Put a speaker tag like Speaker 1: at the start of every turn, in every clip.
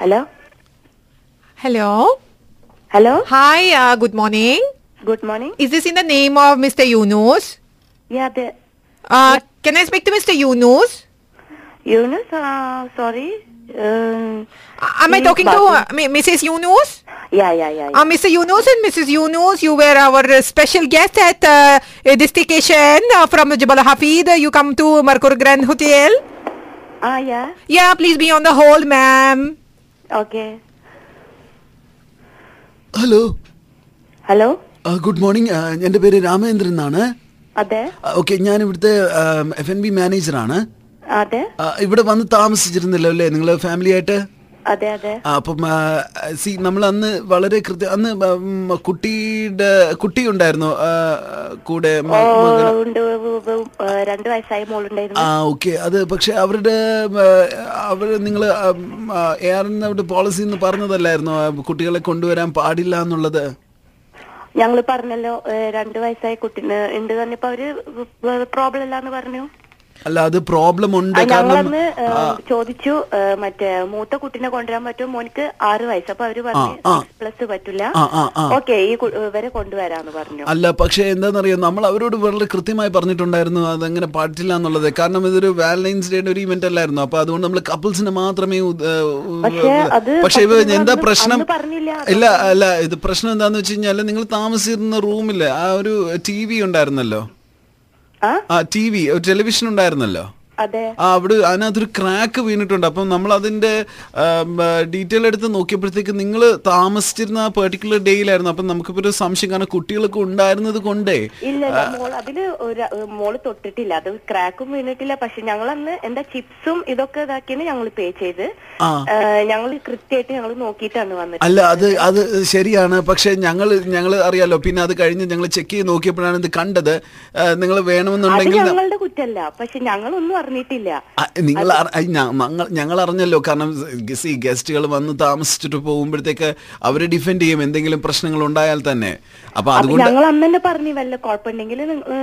Speaker 1: Hello
Speaker 2: hello
Speaker 1: hello
Speaker 2: hi good morning
Speaker 1: good morning
Speaker 2: is this in the name of mister Yunus
Speaker 1: yeah അതെ
Speaker 2: can I speak to mister Yunus
Speaker 1: Yunus sorry uh,
Speaker 2: am I
Speaker 1: Yes,
Speaker 2: talking to uh,
Speaker 1: Bhavi.
Speaker 2: Mi- Mrs. Yunus?
Speaker 1: Yeah yeah yeah
Speaker 2: Uh, Mr. Yunus and Mrs. Yunus, you were our uh, special guest at uh, uh, this station uh, from Jabal Hafid. You come to Mercur Grand Hotel.
Speaker 1: ആ yeah
Speaker 2: Yeah, please be on the hold, ma'am.
Speaker 1: Okay
Speaker 3: hello
Speaker 1: hello
Speaker 3: good morning Uh, എൻ്റെ പേര് രാമേന്ദ്രൻ എന്നാണ്
Speaker 1: അതെ
Speaker 3: okay ഞാൻ ഇവിടുത്തെ um, F N B മാനേജറാണ്
Speaker 1: അതെ
Speaker 3: ആ, Uh, ഇവിടെ വന്ന് താമസിച്ചിരുന്നല്ലോ അല്ലേ നിങ്ങൾ ഫാമിലിയായിട്ട്
Speaker 1: അതെ അതെ
Speaker 3: ആ, Uh, അപ്പം സി നമ്മൾ അന്ന് വളരെ കൃത്യ അന്ന് ഉം, കുട്ടിയുടെ കുട്ടി ഉണ്ടായിരുന്നു കൂടെ
Speaker 1: ഓ
Speaker 3: മ- മകന്.
Speaker 1: Oh, ഉണ്ട് ഉ- ഉ- ഉ- ഏ, രണ്ട് വയസ്സായ
Speaker 3: ആ
Speaker 1: മോളുണ്ടായിരുന്നു
Speaker 3: ഓക്കെ അത് പക്ഷെ അവരുടെ uh, അവർ നിങ്ങൾ എ ആർ എൻ അവരുടെ പോളിസി എന്ന് പറഞ്ഞതല്ലായിരുന്നോ ആ, കുട്ടികളെ കൊണ്ടുവരാൻ പാടില്ല എന്നുള്ളത്
Speaker 1: ഞങ്ങൾ പറഞ്ഞല്ലോ ഏ, രണ്ട് വയസ്സായ കുട്ടീനെ ഉണ്ട് തന്നെ ഇപ്പൊ അവര് പ്രോബ്ലം ഇല്ലാന്ന് പറഞ്ഞു
Speaker 3: അല്ല അത് പ്രോബ്ലം
Speaker 1: ആ,
Speaker 3: ഉണ്ട് കാരണം
Speaker 1: ഞങ്ങളന്ന് ഏ, ചോദിച്ചു ഏ, മറ്റേ മൂത്ത കുട്ടീനെ കൊണ്ടുവരാൻ പറ്റും മോനിക്ക് ആറ് വയസ്സ് അപ്പൊ അവര് പറഞ്ഞു
Speaker 3: ആ.
Speaker 1: പ്ലസ് പറ്റില്ല
Speaker 3: ആ, ആ, ആ.
Speaker 1: ഓക്കെ ഈ കു- ഇവരെ കൊണ്ടുവരാന്ന് പറഞ്ഞു
Speaker 3: അല്ല പക്ഷേ എന്താണെന്നറിയോ നമ്മൾ അവരോട് വളരെ കൃത്യമായി പറഞ്ഞിട്ടുണ്ടായിരുന്നു അതങ്ങനെ പാടില്ല എന്നുള്ളത് കാരണം ഇതൊരു വാലന്റൈൻസ് ഡേയുടെ ഒരു ഇവന്റ് അല്ലായിരുന്നു അപ്പൊ അതുകൊണ്ട് നമ്മൾ കപ്പിൾസിന് മാത്രമേ ഉദ്- ഉ-
Speaker 1: പക്ഷേ അത്
Speaker 3: പക്ഷേ ഇവ
Speaker 1: പക്ഷേ
Speaker 3: എന്താ
Speaker 1: നിങ്ങൾ
Speaker 3: പ്രശ്നം
Speaker 1: അന്ന് പറഞ്ഞില്ല.
Speaker 3: ഇല്ല അല്ല ഇത് പ്രശ്നം എന്താന്ന് വെച്ച് കഴിഞ്ഞാല് നിങ്ങൾ താമസിച്ചിരുന്ന റൂമില് ആ ഒരു ടി വി ഉണ്ടായിരുന്നല്ലോ
Speaker 1: ആ
Speaker 3: ആ ടി വി ടെലിവിഷൻ ഉണ്ടായിരുന്നല്ലോ
Speaker 1: അതെ
Speaker 3: ആ അവിടെ അതിനകത്തൊരു ക്രാക്ക് വീണിട്ടുണ്ട് അപ്പം നമ്മൾ അതിന്റെ ഡീറ്റെയിൽ എടുത്ത് നോക്കിയപ്പോഴത്തേക്ക് നിങ്ങൾ താമസിച്ചിരുന്ന ആ പെർട്ടിക്കുലർ ഡേയിലായിരുന്നു അപ്പം നമുക്കിപ്പോ ഒരു സംശയം കാരണം കുട്ടികളൊക്കെ ഉണ്ടായിരുന്നത് കൊണ്ടേ
Speaker 1: ഇല്ല ഇല്ല, മോൾ അതില് ഒരു ഏ, മോള് തൊട്ടിട്ടില്ല അത് ക്രാക്കും വീണിട്ടില്ല പക്ഷെ ഞങ്ങൾ അന്ന് എന്താ ചിപ്സും ഇതൊക്കെ ഇതാക്കിയാണ് ഞങ്ങൾ പേ ചെയ്ത്
Speaker 3: ആ.
Speaker 1: ഞങ്ങൾ കൃത്യമായിട്ട് ഞങ്ങൾ നോക്കിയിട്ടാണ് വന്നത്
Speaker 3: അല്ല അത് അത് ശരിയാണ് പക്ഷെ ഞങ്ങൾ ഞങ്ങൾ അറിയാലോ പിന്നെ അത് കഴിഞ്ഞ് ഞങ്ങൾ ചെക്ക് ചെയ്ത് നോക്കിയപ്പോഴാണ് ഇത് കണ്ടത് നിങ്ങൾ
Speaker 1: അത്
Speaker 3: വേണമെന്നുണ്ടെങ്കിൽ ന-
Speaker 1: ഞങ്ങളുടെ കുറ്റല്ല പക്ഷെ ഞങ്ങളൊന്നും അറിഞ്ഞിട്ടില്ല
Speaker 3: ആ, നിങ്ങൾ അറി- ഐ, ഞ- മങ്ങൾ- ഞങ്ങൾ അറിഞ്ഞല്ലോ കാരണം സി ഗസ്റ്റുകൾ വന്ന് താമസിച്ചിട്ട് പോകുമ്പോഴത്തേക്ക് അവരെ ഡിഫെൻഡ് ചെയ്യും എന്തെങ്കിലും പ്രശ്നങ്ങൾ ഉണ്ടായാൽ തന്നെ അപ്പൊ അതുകൊണ്ട്
Speaker 1: ഞങ്ങൾ അന്ന് തന്നെ പറഞ്ഞു വല്ല കുഴപ്പമുണ്ടെങ്കിൽ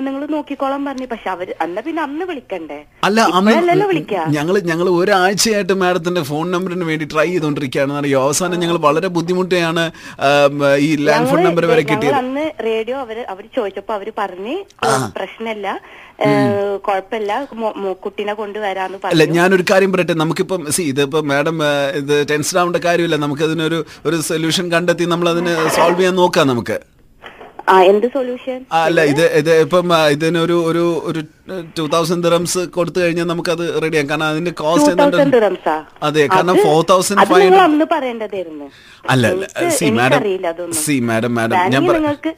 Speaker 1: നിങ്ങൾ നോക്കിക്കോളാൻ പറഞ്ഞു പക്ഷെ അവര് അന്ന് പിന്നെ അന്ന് വിളിക്കണ്ടേ
Speaker 3: അല്ല
Speaker 1: ഇപ്പോഴല്ലല്ലോ
Speaker 3: അമ്മ
Speaker 1: വിളിക്കാ
Speaker 3: ഞങ്ങള് ഞങ്ങൾ ഒരാഴ്ചയായിട്ട് മാഡത്തിന്റെ ഫോൺ നമ്പറിന് വേണ്ടി ട്രൈ ചെയ്തുകൊണ്ടിരിക്കുകയാണ് അറിയോ അവസാനം ഞങ്ങൾ വളരെ ബുദ്ധിമുട്ടിയാണ് ആം, ഈ ലാൻഡ് ഫോൺ
Speaker 1: ഞങ്ങള്
Speaker 3: നമ്പർ വരെ
Speaker 1: ഞങ്ങൾ
Speaker 3: കിട്ടിയത്
Speaker 1: അന്ന് റേഡിയോ അവര് അവര് ചോദിച്ചപ്പോ അവര് പറഞ്ഞ് പ്രശ്നമില്ല കുഴപ്പമില്ല മോ- മോ- കുട്ടീനെ കൊണ്ടുവരാന്ന്
Speaker 3: അല്ല
Speaker 1: പറഞ്ഞു
Speaker 3: ഞാനൊരു കാര്യം പറയട്ടെ നമുക്കിപ്പം സി ഇതിപ്പം മാഡം ഇത് ടെൻഷൻ ആവേണ്ട കാര്യമില്ല നമുക്ക് അതിനൊരു ഒരു സൊല്യൂഷൻ കണ്ടെത്തി നമ്മൾ അതിന് സോൾവ് ചെയ്യാൻ നോക്കാം നമുക്ക്
Speaker 1: ആ എന്ത് സൊല്യൂഷൻ
Speaker 3: ആ, അല്ല ഇത് ഇത് ഇപ്പം ആ, ഇതിനൊരു ഒരു ഒരു ടൂ തൗസൻഡ് ദിറംസ് കൊടുത്തു കഴിഞ്ഞാൽ നമുക്കത് റെഡിയാക്കാം കാരണം അതിന്റെ
Speaker 1: ടൂ
Speaker 3: കോസ്റ്റ്
Speaker 1: തൗസൻഡ്
Speaker 3: എന്തുണ്ട്
Speaker 1: ദിറംസാ
Speaker 3: അതെ കാരണം
Speaker 1: അത്
Speaker 3: ഫോർ തൗസൻഡ്
Speaker 1: അത്
Speaker 3: ഫൈവ്
Speaker 1: നിങ്ങൾ
Speaker 3: ഹൺഡ്രഡ്
Speaker 1: അന്ന് പറയേണ്ടതായിരുന്നു
Speaker 3: അല്ല
Speaker 1: എനിക്ക്
Speaker 3: സി മാഡം
Speaker 1: എനിക്കറിയില്ല അതൊന്നും
Speaker 3: സി മാഡം മാഡം
Speaker 1: ബാങ്കിൽ
Speaker 3: ഞാൻ പറ-
Speaker 1: നിങ്ങൾക്ക്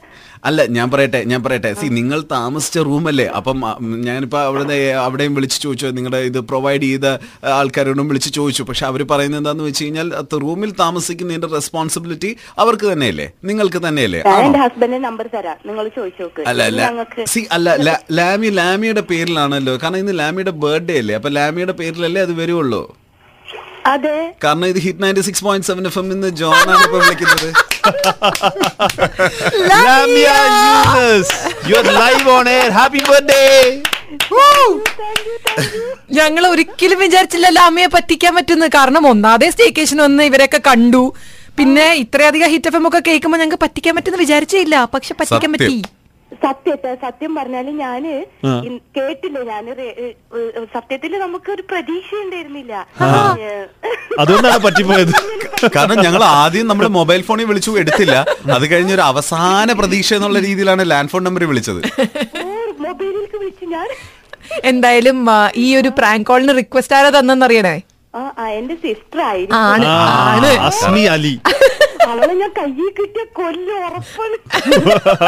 Speaker 3: അല്ല ഞാൻ പറയട്ടെ ഞാൻ പറയട്ടെ സി നിങ്ങൾ താമസിച്ച റൂമല്ലേ അപ്പം ആ, ഉം, ഞാനിപ്പോ അവിടെ അവിടെയും വിളിച്ച് ചോദിച്ചു നിങ്ങളുടെ ഇത് പ്രൊവൈഡ് ചെയ്ത ആ, ആൾക്കാരോടും വിളിച്ച് ചോദിച്ചു പക്ഷെ അവർ പറയുന്നത് എന്താന്ന് വെച്ച് കഴിഞ്ഞാൽ അത് റൂമിൽ താമസിക്കുന്നതിന്റെ റെസ്പോൺസിബിലിറ്റി അവർക്ക് തന്നെയല്ലേ നിങ്ങൾക്ക് തന്നെയല്ലേ
Speaker 1: ഞാൻ
Speaker 3: ആണോ
Speaker 1: എന്റെ ഹസ്ബൻഡിന്റെ നമ്പർ തരാം നിങ്ങൾ ചോദിച്ചു നോക്ക്
Speaker 3: അല്ല
Speaker 1: ഇത്
Speaker 3: ല-
Speaker 1: ഞങ്ങൾക്ക്
Speaker 3: സി അല്ല ല- ലാമി ലാമിയുടെ പേരിലാണല്ലോ കാരണം ഇന്ന് ലാമിയുടെ ബർത്ത്ഡേ അല്ലേ അപ്പൊ ലാമിയുടെ പേരിലല്ലേ അത് വരുവുള്ളൂ
Speaker 1: അതെ
Speaker 3: കാരണം ഇത് hit ninety six point seven F M ഇന്ന് ജോൺ ആണ് ഇപ്പൊ വിളിക്കുന്നത്
Speaker 4: Lamia Yunus, you're live on air. Happy birthday.
Speaker 2: ഞങ്ങൾ ഒരിക്കലും വിചാരിച്ചില്ലല്ലോ അമ്മയെ പറ്റിക്കാൻ പറ്റുന്നു കാരണം ഒന്നാതെ സ്റ്റേക്കേഷൻ ഒന്ന് ഇവരൊക്കെ കണ്ടു പിന്നെ ഇത്രയധികം ഹിറ്റ് എഫ് എം ഒക്കെ കേൾക്കുമ്പോൾ ഞങ്ങൾക്ക് പറ്റിക്കാൻ പറ്റുന്ന വിചാരിച്ചില്ല പക്ഷെ പറ്റിക്കാൻ
Speaker 4: സത്യം.
Speaker 2: പറ്റി
Speaker 1: സത്യത്തെ സത്യം പറഞ്ഞാല് ഞാന് ഇൻ- കേട്ടില്ല ഞാന് സത്യത്തില് നമുക്ക് ഒരു പ്രതീക്ഷ ഉണ്ടായിരുന്നില്ല
Speaker 4: അതുകൊണ്ടാണ് പറ്റിപ്പോയത്
Speaker 3: കാരണം ഞങ്ങൾ ആദ്യം നമ്മുടെ മൊബൈൽ ഫോണിൽ വിളിച്ചു എടുത്തില്ല അത് കഴിഞ്ഞ ഒരു അവസാന പ്രതീക്ഷ എന്നുള്ള രീതിയിലാണ് ലാൻഡ് ഫോൺ നമ്പർ വിളിച്ചത്
Speaker 1: മൊബൈലിലേക്ക് വിളിച്ചു ഞാൻ
Speaker 2: എന്തായാലും ആ, ഈ ഒരു പ്രാങ്ക് കോളിന് റിക്വസ്റ്റ് ആരാ തന്നെന്നറിയണേ
Speaker 1: ആ, ആ, എന്റെ സിസ്റ്റർ
Speaker 2: ആ,
Speaker 1: ആയിരുന്നു
Speaker 2: ആണ്
Speaker 4: ആ,
Speaker 2: ആണ്
Speaker 4: അസ്മി അലി
Speaker 1: അവളെ ഞാൻ കയ്യിൽ കിട്ടിയ കൊല്ലം ഉറപ്പാണ്